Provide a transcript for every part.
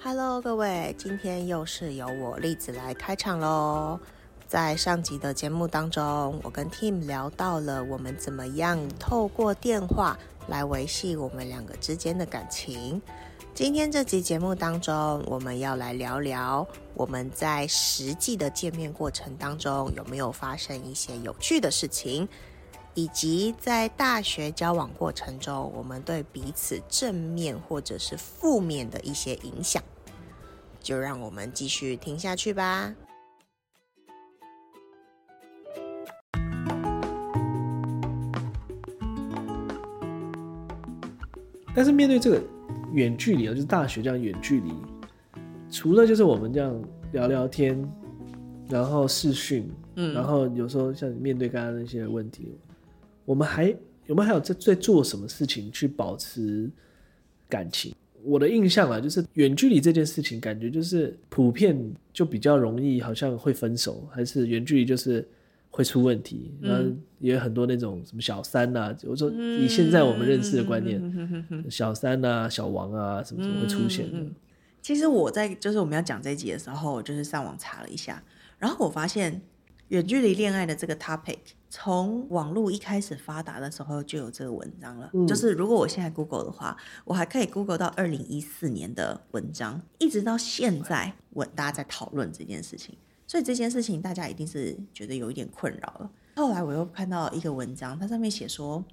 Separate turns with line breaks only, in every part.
Hello，各位，今天又是由我栗子来开场喽。在上集的节目当中，我跟 Tim 聊到了我们怎么样透过电话来维系我们两个之间的感情。今天这集节目当中，我们要来聊聊我们在实际的见面过程当中有没有发生一些有趣的事情，以及在大学交往过程中，我们对彼此正面或者是负面的一些影响。就让我们继续听下去吧。
但是面对这个远距离啊，就是大学这样远距离，除了就是我们这样聊聊天，然后视讯，
嗯
然后有时候像面对刚刚那些问题，我们还有没有还有在在做什么事情去保持感情？我的印象啊，就是远距离这件事情，感觉就是普遍就比较容易，好像会分手，还是远距离就是会出问题，然后也有很多那种什么小三呐、我说以现在我们认识的观
嗯
念，小三啊、小王啊什么什么会出现
嗯
的，
其实我在就是我们要讲这一集的时候，我就是上网查了一下，然后我发现远距离恋爱的这个 topic，从网络一开始发达的时候就有这个文章了。就是如果我现在 Google 的话，我还可以 Google 到二零一四年的文章，一直到现在，我大家在讨论这件事情，所以这件事情大家一定是觉得有一点困扰了。后来我又看到一个文章，它上面写说，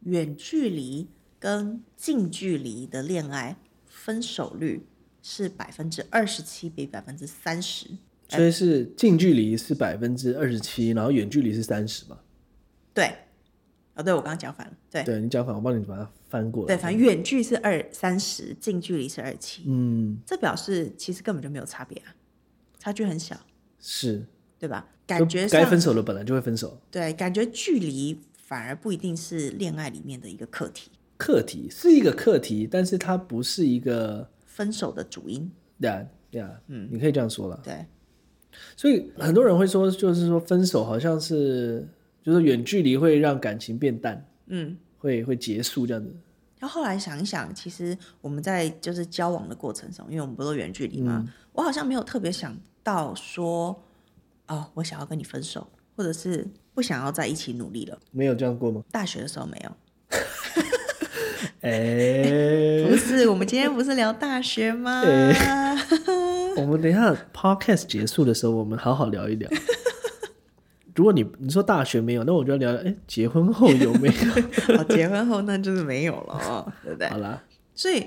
远距离跟近距离的恋爱分手率是百分之二十七比百分之三十，
所以是近距离是百分之二十七，然后远距离是三十嘛？
对，哦，对我刚刚讲反了，对
对你讲反，我帮你把它翻过来。
哎对，反正远距是二三十，近距离是二七，
嗯，
这表示其实根本就没有差别啊，差距很小，
是
对吧？感觉
就该
上
分手的本来就会分手，
对，感觉距离反而不一定是恋爱里面的一个课题，
课题是一个课题，但是它不是一个
分手的主因，
呀呀，嗯，你可以这样说了。
对，
所以很多人会说，就是说分手好像是，就是远距离会让感情变淡，
嗯。
会会结束这样子。
然后后来想一想，其实我们在就是交往的过程中，因为我们不都远距离嘛，我好像没有特别想到说，哦，我想要跟你分手，或者是不想要在一起努力了。
没有这样过 吗？
大学的时候没有，
哎、
不是，我们今天不是聊大学吗？
我们等一下 podcast 结束的时候，我们好好聊一聊。如果你你说大学没有，那我就要聊聊，哎、结婚后有没有？
好，哦结婚后那就是没有了哦，对不对
好？啦，
所以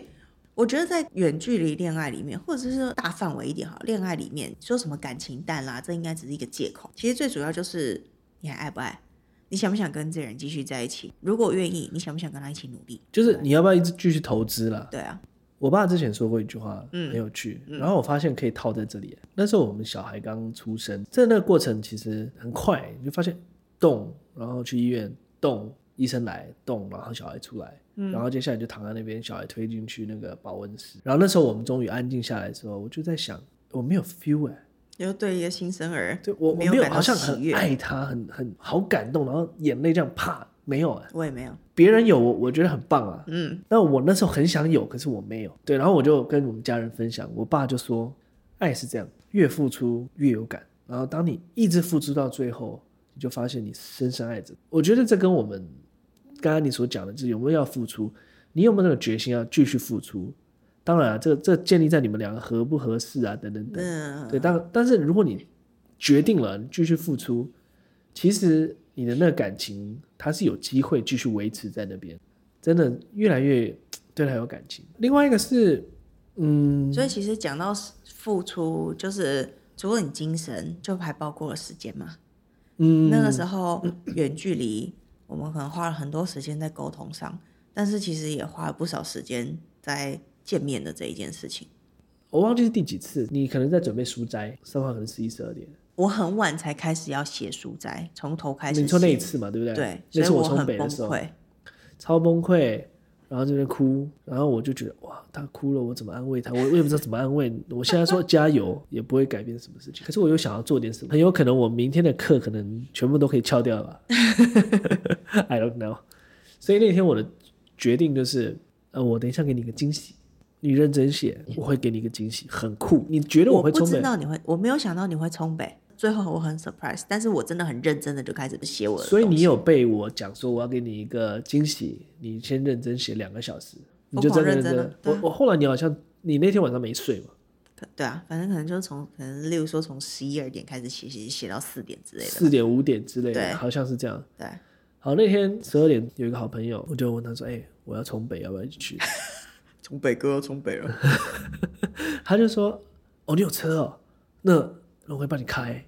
我觉得在远距离恋爱里面，或者是大范围一点哈，恋爱里面说什么感情淡啦，这应该只是一个借口。其实最主要就是你还爱不爱，你想不想跟这个人继续在一起？如果愿意，你想不想跟他一起努力？
就是你要不要一直继续投资啦？
对啊，
我爸之前说过一句话，很有趣，然后我发现可以套在这里。那时候我们小孩刚出生，在那个过程其实很快，你就发现动，然后去医院动，医生来动，然后小孩出来，然后接下来就躺在那边，小孩推进去那个保温室。然后那时候我们终于安静下来的时候，我就在想，我没有 feel 哎、
就对一个新生儿，
对我我
没有嗯
没有
感到
好像
喜
很
悦
爱他，很很好感动，然后眼泪这样啪没有、哎，
我也没有，
别人有我我觉得很棒啊，
嗯，
那我那时候很想有，可是我没有。对，然后我就跟我们家人分享，我爸就说，爱是这样，越付出越有感。然后当你一直付出到最后，你就发现你深深爱着。我觉得这跟我们刚刚你所讲的，就是有没有要付出，你有没有那个决心要继续付出？当然、啊，这这建立在你们两个合不合适啊，等等等。
嗯，
对，但但是如果你决定了你继续付出，其实你的那个感情它是有机会继续维持在那边，真的越来越对他有感情。另外一个是，嗯，
所以其实讲到付出，就是除了你精神，就还包括了时间嘛。
嗯，
那个时候远距离，我们可能花了很多时间在沟通上，但是其实也花了不少时间在见面的这一件事情。
我忘记是第几次，你可能在准备书斋，上话可能十一十二点，
我很晚才开始要写书斋，从头开始写。
你说那一次嘛，对不对？
对，
那
所以
是从
很
北
崩
的时候，
溃。
超崩溃，然后这边哭，然后我就觉得哇，他哭了，我怎么安慰他？我我也不知道怎么安慰。我现在说加油，也不会改变什么事情。可是我又想要做点什么，很有可能我明天的课可能全部都可以翘掉 了吧。I don't know。所以那天我的决定就是，呃，我等一下给你一个惊喜。你认真写，我会给你一个惊喜，很酷。你觉得
我
会
不
冲
知
北？
道你会，我没有想到你会冲北。最后我很 surprise，但是我真的很认真的就开始写我的东西。
所以你有被我讲说我要给你一个惊喜，你先认真写两个小时，你就真的
疯狂认真了对
我
啊
我后来你好像你那天晚上没睡嘛，
可对啊，反正可能就是从可能例如说从十一二点开始写写写到四点之类的。
四点五点之类
对
的，好像是这样。
对，
好，那天十二点有一个好朋友，我就问他说：“哎、我要从北，要不要一起去
从北哥从北了。？”
他就说：“哦，你有车哦，那那我会帮你开，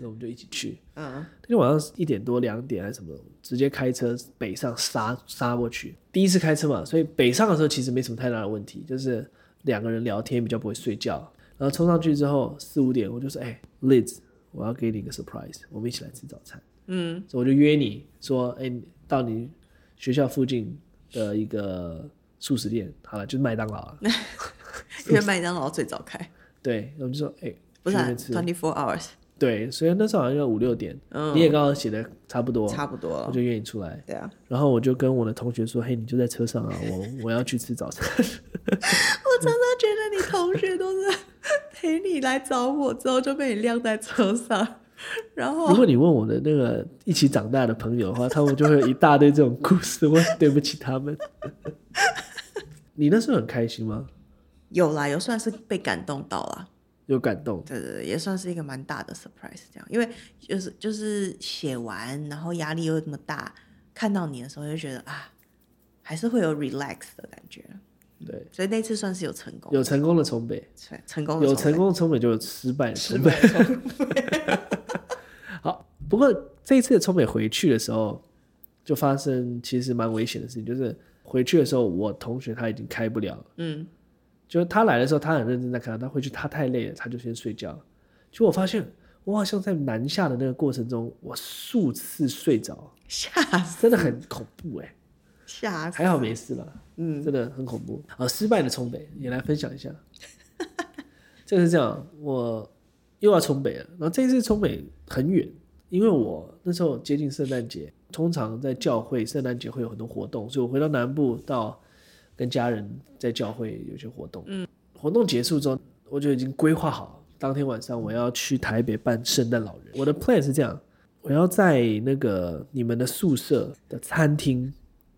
那我们就一起去。”
嗯，
那天晚上一点多、两点还是什么，直接开车北上杀杀过去。第一次开车嘛，所以北上的时候其实没什么太大的问题，就是两个人聊天比较不会睡觉。然后冲上去之后四五点，我就说：“哎、l i z 我要给你一个 surprise，我们一起来吃早餐。”嗯，所以我就约你说：“哎、到你学校附近的一个素食店，好了，就是麦当劳啊。
因为麦当劳最早开，”
对，我们就说：“哎、
不是
去那边吃
twenty four hours，
对，所以那时候好像要五六点，
嗯
你也刚好写的差不多，
差不多
我
了。
就约你出来。
对啊，
然后我就跟我的同学说：“嘿，你就在车上啊，我我要去吃早餐。
我常常觉得你同学都是陪你来找我之后就被你晾在车上，然后
如果你问我的那个一起长大的朋友的话，他们就会有一大堆这种故事，我很对不起他们。 你那时候很开心吗？
有啦，有算是被感动到啦。
有感动？
对对对，也算是一个蛮大的 surprise，这样，因为就是就是写完，然后压力又那么大，看到你的时候就觉得啊，还是会有 relax 的感觉，
对，
所以那次算是有成功，
有成功的从北，
成成功的
有
时候
成功的从北，就有失败的从北。
对
好，不过这一次从北回去的时候，就发生其实蛮危险的事情，就是回去的时候，我同学他已经开不了了。
嗯，
就是他来的时候，他很认真在看，他回去他太累了，他就先睡觉。结果我发现，我好像在南下的那个过程中，我数次睡着，
吓
真的很恐怖哎、
吓死，
还好没事了，
嗯，
真的很恐怖。啊，失败的冲北也来分享一下。 就是这样，我又要冲北了。然后这一次冲北很远，因为我那时候接近圣诞节，通常在教会圣诞节会有很多活动，所以我回到南部到跟家人在教会有些活动。嗯，活动结束之后，我就已经规划好当天晚上我要去台北办圣诞老人。我的 plan 是这样：我要在那个你们的宿舍的餐厅，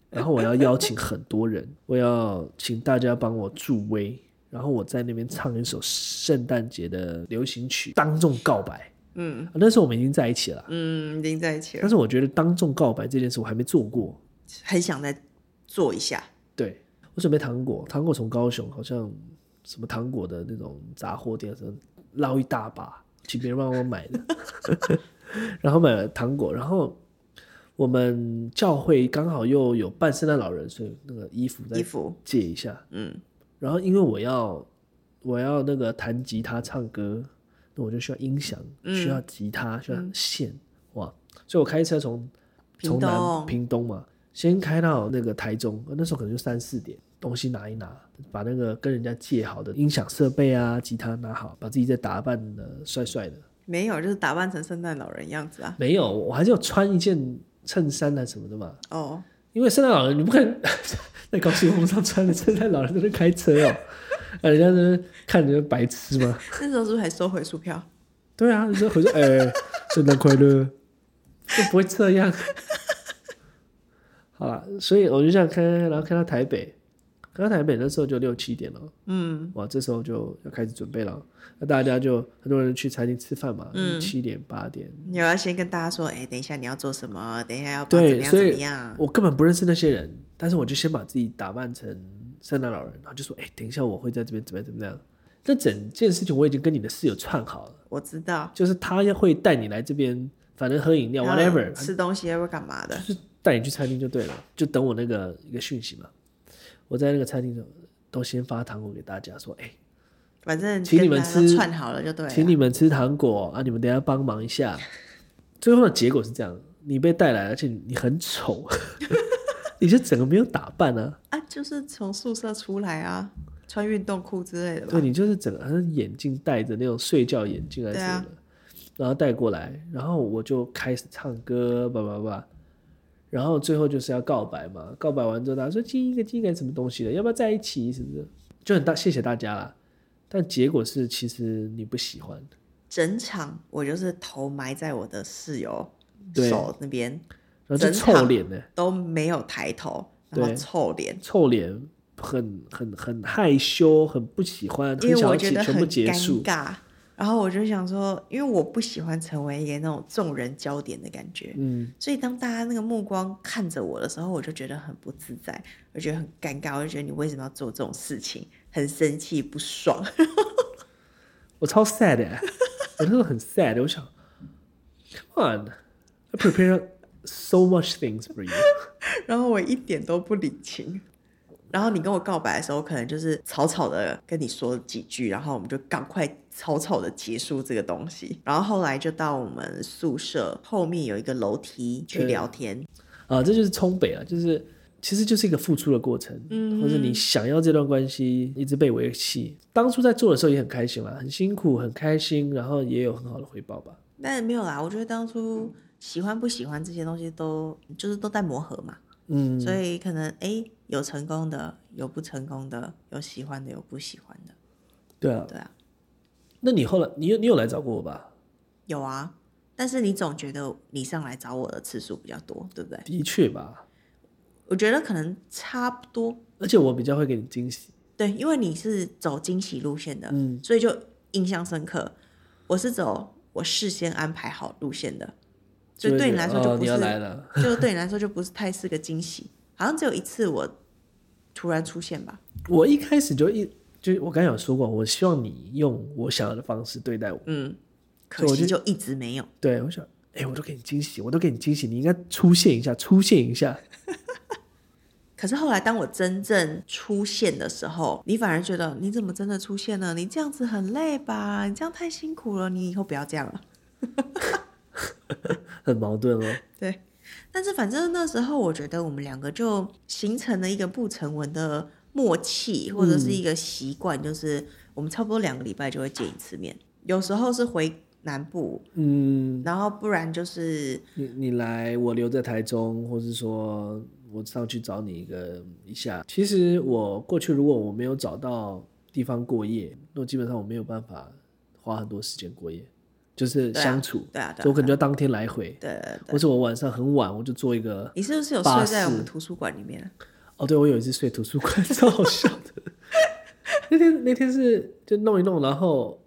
然后我要邀请很多人， 我要请大家帮我助威。然后我在那边唱一首圣诞节的流行曲，当众告白。
嗯
啊那时候我们已经在一起了啦，
嗯，已经在一起了
但，是我觉得当众告白这件事我还没做过。
很想再做一下，
对我准备糖果，糖果从高雄好像什么糖果的那种杂货店什么捞一大把，请别人帮我买的， 然后买了糖果，然后我们教会刚好又有扮圣诞老人，所以那个衣服
衣
再
服，
借一下，
嗯，
然后因为我要我要那个弹吉他唱歌，那我就需要音响，
嗯
需要吉他，需要线，哇！所以我开车从从南
屏东
屏东嘛，先开到那个台中，那时候可能就三四点，东西拿一拿，把那个跟人家借好的音响设备啊、吉他拿好，把自己再打扮的帅帅的。
没有，就是打扮成圣诞老人样子啊，
没有，我还是有穿一件衬衫啊什么的嘛，
哦，
因为圣诞老人你不可能 在高速公路上穿着圣诞老人在那开车哦， 啊，人家在那看着白痴吗？
那时候是不是还收回宿票？
对啊，你说回说，哎、 圣诞快乐，就不会这样。 好啦，所以我就这样开，然后开到台北，开到台北那时候就六七点了，
嗯，
哇，这时候就要开始准备了。那大家就很多人去餐厅吃饭嘛，
嗯
七点八点，
你要先跟大家说，哎、等一下你要做什么？等一下要帮怎
对
么，样
所
怎么
以
样？
我根本不认识那些人，但是我就先把自己打扮成圣诞老人，然后就说，哎、等一下我会在这边怎么样怎么样。这整件事情我已经跟你的室友串好了。
我知道，
就是他会带你来这边，反正喝饮料
然后
whatever，他
吃东西要干嘛的？
带你去餐厅就对了，就等我那个一个讯息嘛。我在那个餐厅就都先发糖果给大家，说，哎、
反正
请你们
跟大家都
吃
串好了就对啊了。
请你们吃糖果啊，你们等一下帮忙一下。最后的结果是这样，你被带来，而且你很丑， 你就整个没有打扮啊，
啊，就是从宿舍出来啊，穿运动裤之类的吧。
对你就是整个好像眼镜戴着那种睡觉眼镜还是什
啊
么的，然后带过来，然后我就开始唱歌，叭叭叭，然后最后就是要告白嘛，告白完之后大家说亲一个亲一个什么东西的，要不要在一起什么的，就很大，谢谢大家啦。但结果是，其实你不喜欢，
整场我就是头埋在我的室友
对
手那边，
然后就
整
臭
场
脸呢、
都没有抬头，然后
对
臭脸，
臭脸很很很害羞，很不喜欢，
因
很
为
想
我
要
觉
结
得
全
很
部结
尴
束。
尬。然后我就想说，因为我不喜欢成为一个那种众人焦点的感觉，
嗯，
所以当大家那个目光看着我的时候，我就觉得很不自在，我觉得很尴尬，我就觉得你为什么要做这种事情，很生气不爽。
我超 sad 的、 我那时候很 sad，我想，Come on，I prepare so much things for you。
然后我一点都不领情。然后你跟我告白的时候，可能就是草草的跟你说几句，然后我们就赶快草草的结束这个东西。然后后来就到我们宿舍后面有一个楼梯去
对
聊天，
啊，这就是冲北啊，就是其实就是一个付出的过程，嗯，或者你想要这段关系一直被维系，当初在做的时候也很开心啦，很辛苦，很开心，然后也有很好的回报吧。
但没有啦。我觉得当初喜欢不喜欢这些东西都就是都在磨合嘛，
嗯，
所以可能诶有成功的，有不成功的，有喜欢的，有不喜欢的，
对啊，
对啊，
那你后来你有你有来找过我吧？
有啊。但是你总觉得你上来找我的次数比较多，对不对？
的确吧，
我觉得可能差不多，
而且我比较会给你惊喜，
对，因为你是走惊喜路线的，
嗯
所以就印象深刻。我是走我事先安排好路线的，所以
就会
对你
觉
来
得
说就
哦
不
你
是，
要来了，
就对你来说就不是太是个惊喜。好像只有一次我突然出现吧，
我一开始就一就我刚才有说过，我希望你用我想要的方式对待我，
嗯，可
所以我
惜就一直没有。
对我想，哎、我都给你惊喜，我都给你惊喜，你应该出现一下，出现一下，
可是后来，当我真正出现的时候，你反而觉得你怎么真的出现了？你这样子很累吧？你这样太辛苦了，你以后不要这样了。
很矛盾哦。
对，但是反正那时候我觉得我们两个就形成了一个不成文的默契，或者是一个习惯，就是我们差不多两个礼拜就会见一次面，有时候是回南部，
嗯，
然后不然就是
你你来，我留在台中，或是说我上去找你一个一下。其实我过去如果我没有找到地方过夜，那基本上我没有办法花很多时间过夜，就是
对啊
相处，
对啊，对
所以我
啊，
可能就要当天来回，
对对
或是我晚上很晚我就做一个。
你是不是有
巴
睡在我
士
们图书馆里面？
哦，对，我有一次睡图书馆， 超好笑的。那天那天是就弄一弄，然后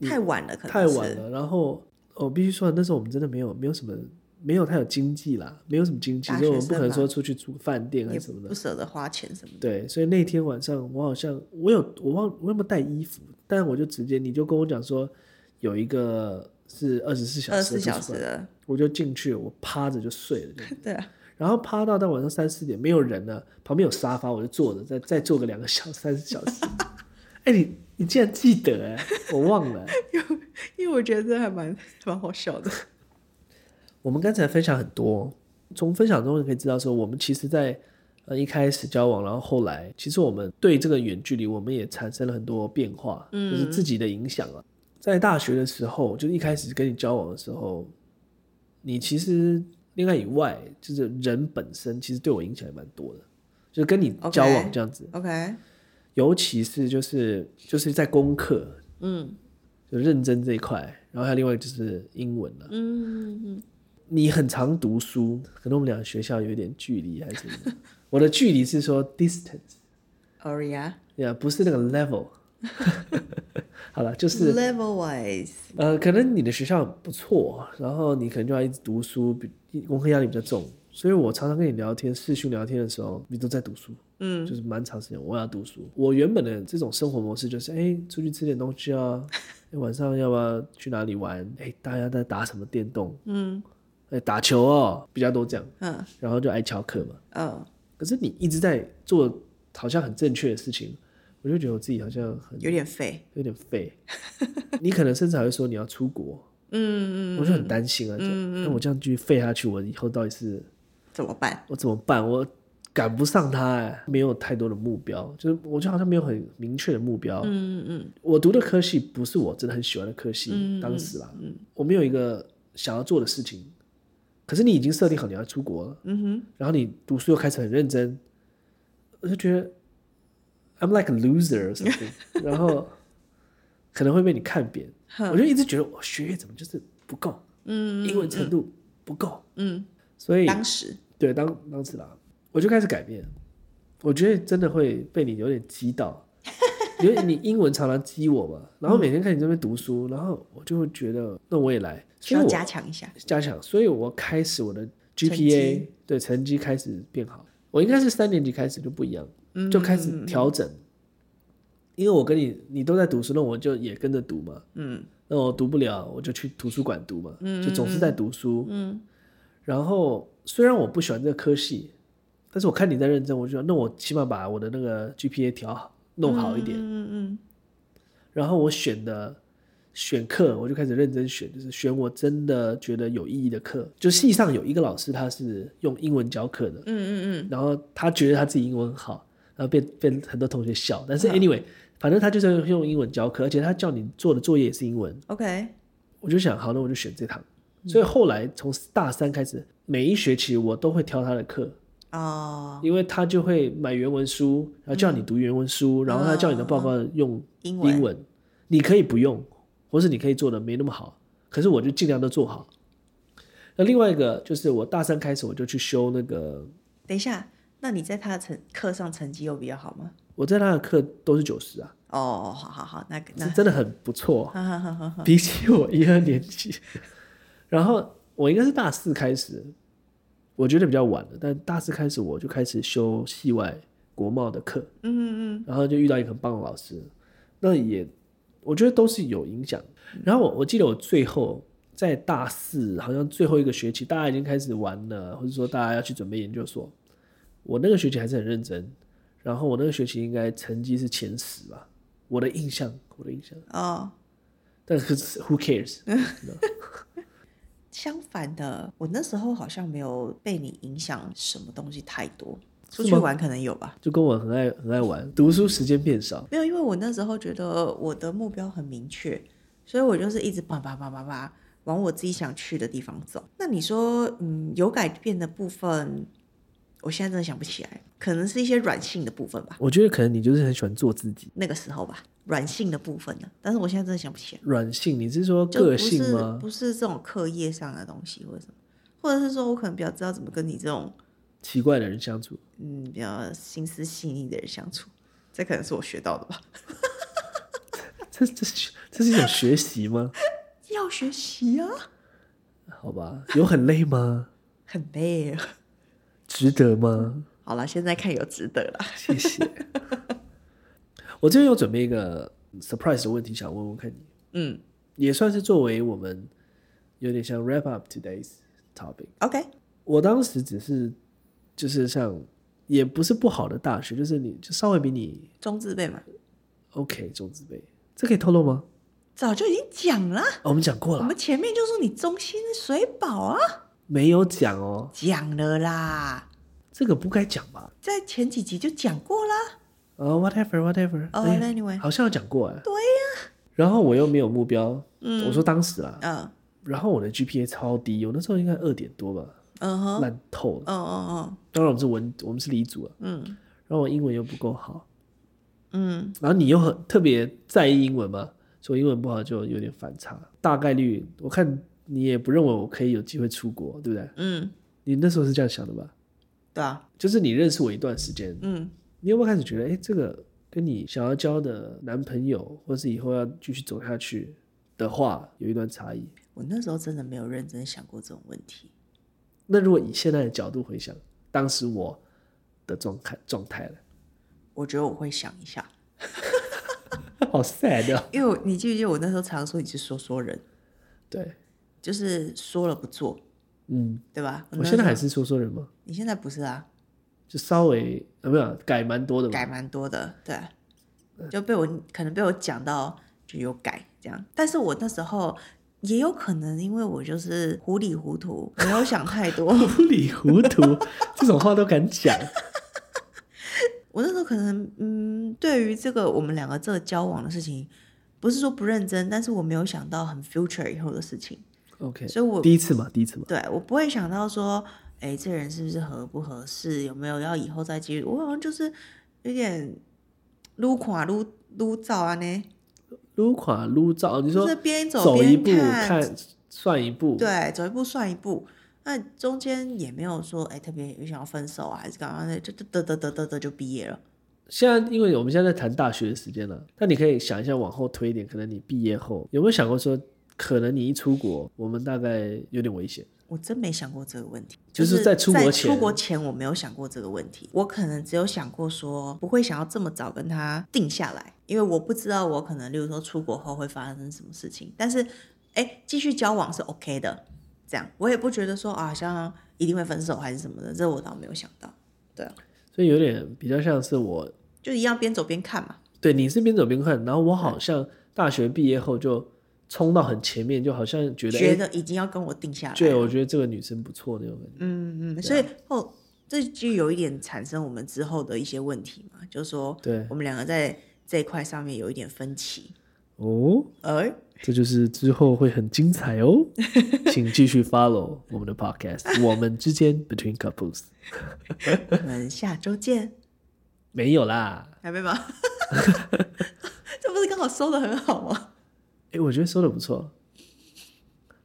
太晚了，可能
太晚
是。
了，然后我必须说，那时候我们真的没有没有什么，没有太有经济啦，没有什么经济，
大
所以我们
学
不可
生
能
嘛
说出去住饭店还
也
是什么
不
的。
舍得花钱什么的，
对，所以那天晚上我好像我有我忘我有没有带衣服，但我就直接你就跟我讲说有一个是二十四小
二十
时的
四
图
小
书
时
馆，
的，
我就进去，我趴着就睡了就，
对啊，
然后趴到到晚上三四点没有人了，旁边有沙发，我就坐着再再坐个两个小三十小时。 哎、你你竟然记得哎、我忘了、
因为我觉得这还蛮蛮好笑的。
我们刚才分享很多，从分享中你可以知道说，我们其实在呃一开始交往，然后后来，其实我们对这个远距离，我们也产生了很多变化，就是自己的影响啊。在大学的时候，就是一开始跟你交往的时候，你其实恋爱以外，就是人本身其实对我影响也蛮多的，就是跟你
OK
交往这样子
OK，
尤其是就是就是在功课，
嗯
就认真这一块，然后还有另外一个就是英文了、
嗯，
你很常读书，可能我们俩学校有一点距离还是什 么。我的距离是说 distance，
Aria
呀、不是那个 level。好了，就是
level wise，
呃，可能你的学校不错，然后你可能就要一直读书，比功课压力比较重，所以我常常跟你聊天、视讯聊天的时候，你都在读书，
嗯，
就是蛮长时间。我要读书，我原本的这种生活模式就是，哎、出去吃点东西啊，哎晚上要不要去哪里玩？哎、大家在打什么电动？
嗯
哎、打球哦，比较多这样。
嗯
然后就爱翘课嘛。
哦，
可是你一直在做好像很正确的事情，我就觉得我自己好像很
有点废，
有点废。你可能甚至还会说你要出国，
嗯嗯，嗯
我就很担心啊。就那我这样继续废下去，我以后到底是
怎么办？
我怎么办？我赶不上他哎、没有太多的目标，就是我就好像没有很明确的目标。
嗯嗯
我读的科系不是我真的很喜欢的科系，
嗯嗯
当时啦，我没有一个想要做的事情。可是你已经设定好你要出国了，
嗯嗯
然后你读书又开始很认真，我就觉得 I'm like a loser or something，然后可能会被你看扁。我就一直觉得我学业怎么就是不够，嗯，英文程度不够，嗯，所以
当时
对当当时啦，我就开始改变。我觉得真的会被你有点激到，因为你英文常常激我嘛，然后每天看你这边读书，然后我就会觉得那我也来，
需
所以
要
我
加强一下。
加强，所以我开始我的
成
GPA 对成绩开始变好。我应该是三年级开始就不一样，
嗯
就开始调整，因为我跟你你都在读书，那我就也跟着读嘛。嗯，那我读不了，我就去图书馆读嘛，就总是在读书。嗯，然后虽然我不喜欢这个科系，但是我看你在认真，我就想，那我起码把我的那个 GPA 调好，弄好一点。
嗯嗯
然后我选的选课，我就开始认真选，就是选我真的觉得有意义的课。就系上有一个老师，他是用英文教课的，
嗯嗯嗯
然后他觉得他自己英文很好，然后被被很多同学笑。但是
嗯
anyway，、反正他就是用英文教课，而且他叫你做的作业也是英文。
嗯，OK，
我就想，好，那我就选这堂。
嗯
所以后来从大三开始，每一学期我都会挑他的课，
哦，
因为他就会买原文书，然后叫你读原文书，然后他叫你的报告用
嗯英文
英文，你可以不用，或是你可以做的没那么好，可是我就尽量都做好。那另外一个就是我大三开始我就去修那个，
等一下，那你在他的成课上成绩有比较好吗？
我在他的课都是九十啊，
哦，好好好，那个那
是，真的很不错，
哈哈哈哈哈，
比起我一二年级。然后我应该是大四开始，我觉得比较晚了，但大四开始我就开始修系外国贸的课，
嗯嗯
然后就遇到一个很棒的老师，那也我觉得都是有影响。然后我我记得我最后在大四，好像最后一个学期，大家已经开始玩了，或者说大家要去准备研究所。我那个学期还是很认真，然后我那个学期应该成绩是前十吧，我的印象，我的印象。
嗯，哦，
但是 who cares？
相反的，我那时候好像没有被你影响什么东西太多，
是
出
吗
去玩可能有吧。
就跟我很爱很爱玩，读书时间变少，
没有，因为我那时候觉得我的目标很明确，所以我就是一直叭叭叭叭叭往我自己想去的地方走。那你说，嗯，有改变的部分，我现在真的想不起来，可能是一些软性的部分吧，
我觉得可能你就是很喜欢做自己。
那个时候吧，软性的部分呢，但是我现在真的想不起来。
软性，你是说
就
个
不
性
是
吗？
不是这种课业上的东西，或者什么，或者是说我可能比较知道怎么跟你这种
奇怪的人相处，
嗯比较心思细腻的人相处，这可能是我学到的吧。
这这是这是一种学习吗？
要学习啊，
好吧，有很累吗？
很累啊。
值得吗？
好了，现在看有值得了。
谢谢。 我这边有准备一个 surprise 的问题，想问问看你，
嗯
也算是作为我们有点像 wrap up today's topic。
，OK，
我当时只是就是像也不是不好的大学，就是你就稍微比你
中字辈嘛，
OK 中字辈，这可以透露吗？
早就已经讲了，
哦我们讲过
我
了，
们前面就说你中心水饱啊，
没有讲哦，
讲了啦，
这个不该讲吧？
在前几集就讲过啦。
呃、w h a t e v e r whatever，
哦
哎呀
anyway
好像有讲过哎。对呀、然后我又没有目标，我说当时啊，
嗯
然后我的 GPA 超低，我那时候应该二点多吧，
嗯哼，
烂透了。
嗯嗯
当然我们是文，我们是理组啊，
嗯
然后我英文又不够好，
嗯
然后你又很特别在意英文嘛，所以我英文不好就有点反差。大概率我看你也不认为我可以有机会出国，对不对？
嗯嗯，
你那时候是这样想的吧？
对啊，
就是你认识我一段时间，
嗯。
你有没有开始觉得，哎、这个跟你想要交的男朋友，或是以后要继续走下去的话，有一段差异？
我那时候真的没有认真想过这种问题。
那如果以现在的角度回想，当时我的状态状态了，
我觉得我会想一下，
好 sad 啊！
因为我你记不记得我那时候常说你是说说人，
对，
就是说了不做，
嗯，
对吧？
我现在还
是，
是说说人吗？
你现在不是啊？
就稍微呃，没有改蛮多的嘛
改。蛮多的，对，啊就被我可能被我讲到就有改这样，但是我那时候也有可能因为我就是糊里糊涂，没有想太 多，
糊里 糊涂，这种话都敢讲，
我那时候可能，嗯，对于这个我们两个这个交往的事情，不是说不认真，但是我没有想到很 future 以后的事情，
OK。
所以我
第一次嘛，第一次嘛，
对我不会想到说，哎，这人是不是合不合适，有没有要以后再继续，我好像就是有点撸垮撸撸照啊呢，
撸垮撸照，你
就
说
是边
走一
边
步看算一步，
对，走一步算一步。那中间也没有说，哎、特别有想要分手啊，还是干嘛的，就就得得得得得就毕业了。
现在，因为我们现在在谈大学的时间了，那你可以想一下往后推一点，可能你毕业后有没有想过说，可能你一出国，我们大概有点危险。
我真没想过这个问题，
就是在出国
在
前
出国前我没有想过这个问题，我可能只有想过说不会想要这么早跟他定下来，因为我不知道我可能，例如说出国后会发生什么事情。但是，哎，继续交往是 OK 的，这样我也不觉得说啊，好像一定会分手还是什么的，这我倒没有想到。对啊，
所以有点比较像是我
就一样边走边看嘛。
对你是边走边看，然后我好像大学毕业后就冲到很前面，就好像觉得
觉
哎，
得已经要跟我定下来了。
对，我觉得这个女生不错那种感觉。
嗯嗯，
啊
所以后这就有一点产生我们之后的一些问题嘛，就是说
对
我们两个在这一块上面有一点分歧。
哦，
哎、
这就是之后会很精彩 哦，请继续 follow 我们的 podcast，我们之间 between couples
我们下周见，
没有啦。
还没吗？ 这不是刚好收的很好吗？
哎、我觉得说的不错。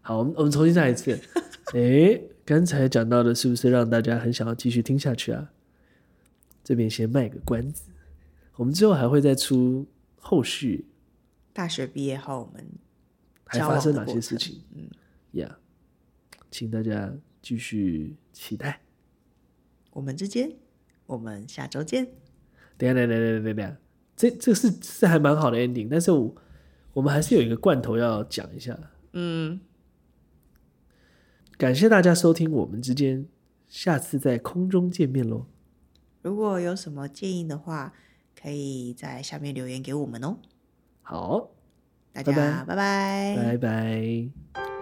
好，我们我们重新再来 一次。哎、刚才讲到的是不是让大家很想要继续听下去啊？这边先卖个关子，我们之后还会再出后续
大学毕业后，我们
还
交
发
往
生
的
哪
过
些事
程
情。嗯，Yeah，请大家继续期待。
我们之间，我们下周见。
等一下，等一下，等一下，等一下等一下，这这是是还蛮好的 ending，但是我我们还是有一个罐头要讲一下。
嗯，
感谢大家收听，我们之间下次在空中见面喽。
如果有什么建议的话，可以在下面留言给我们哦。
好，
大
拜
家
拜
拜拜
拜拜。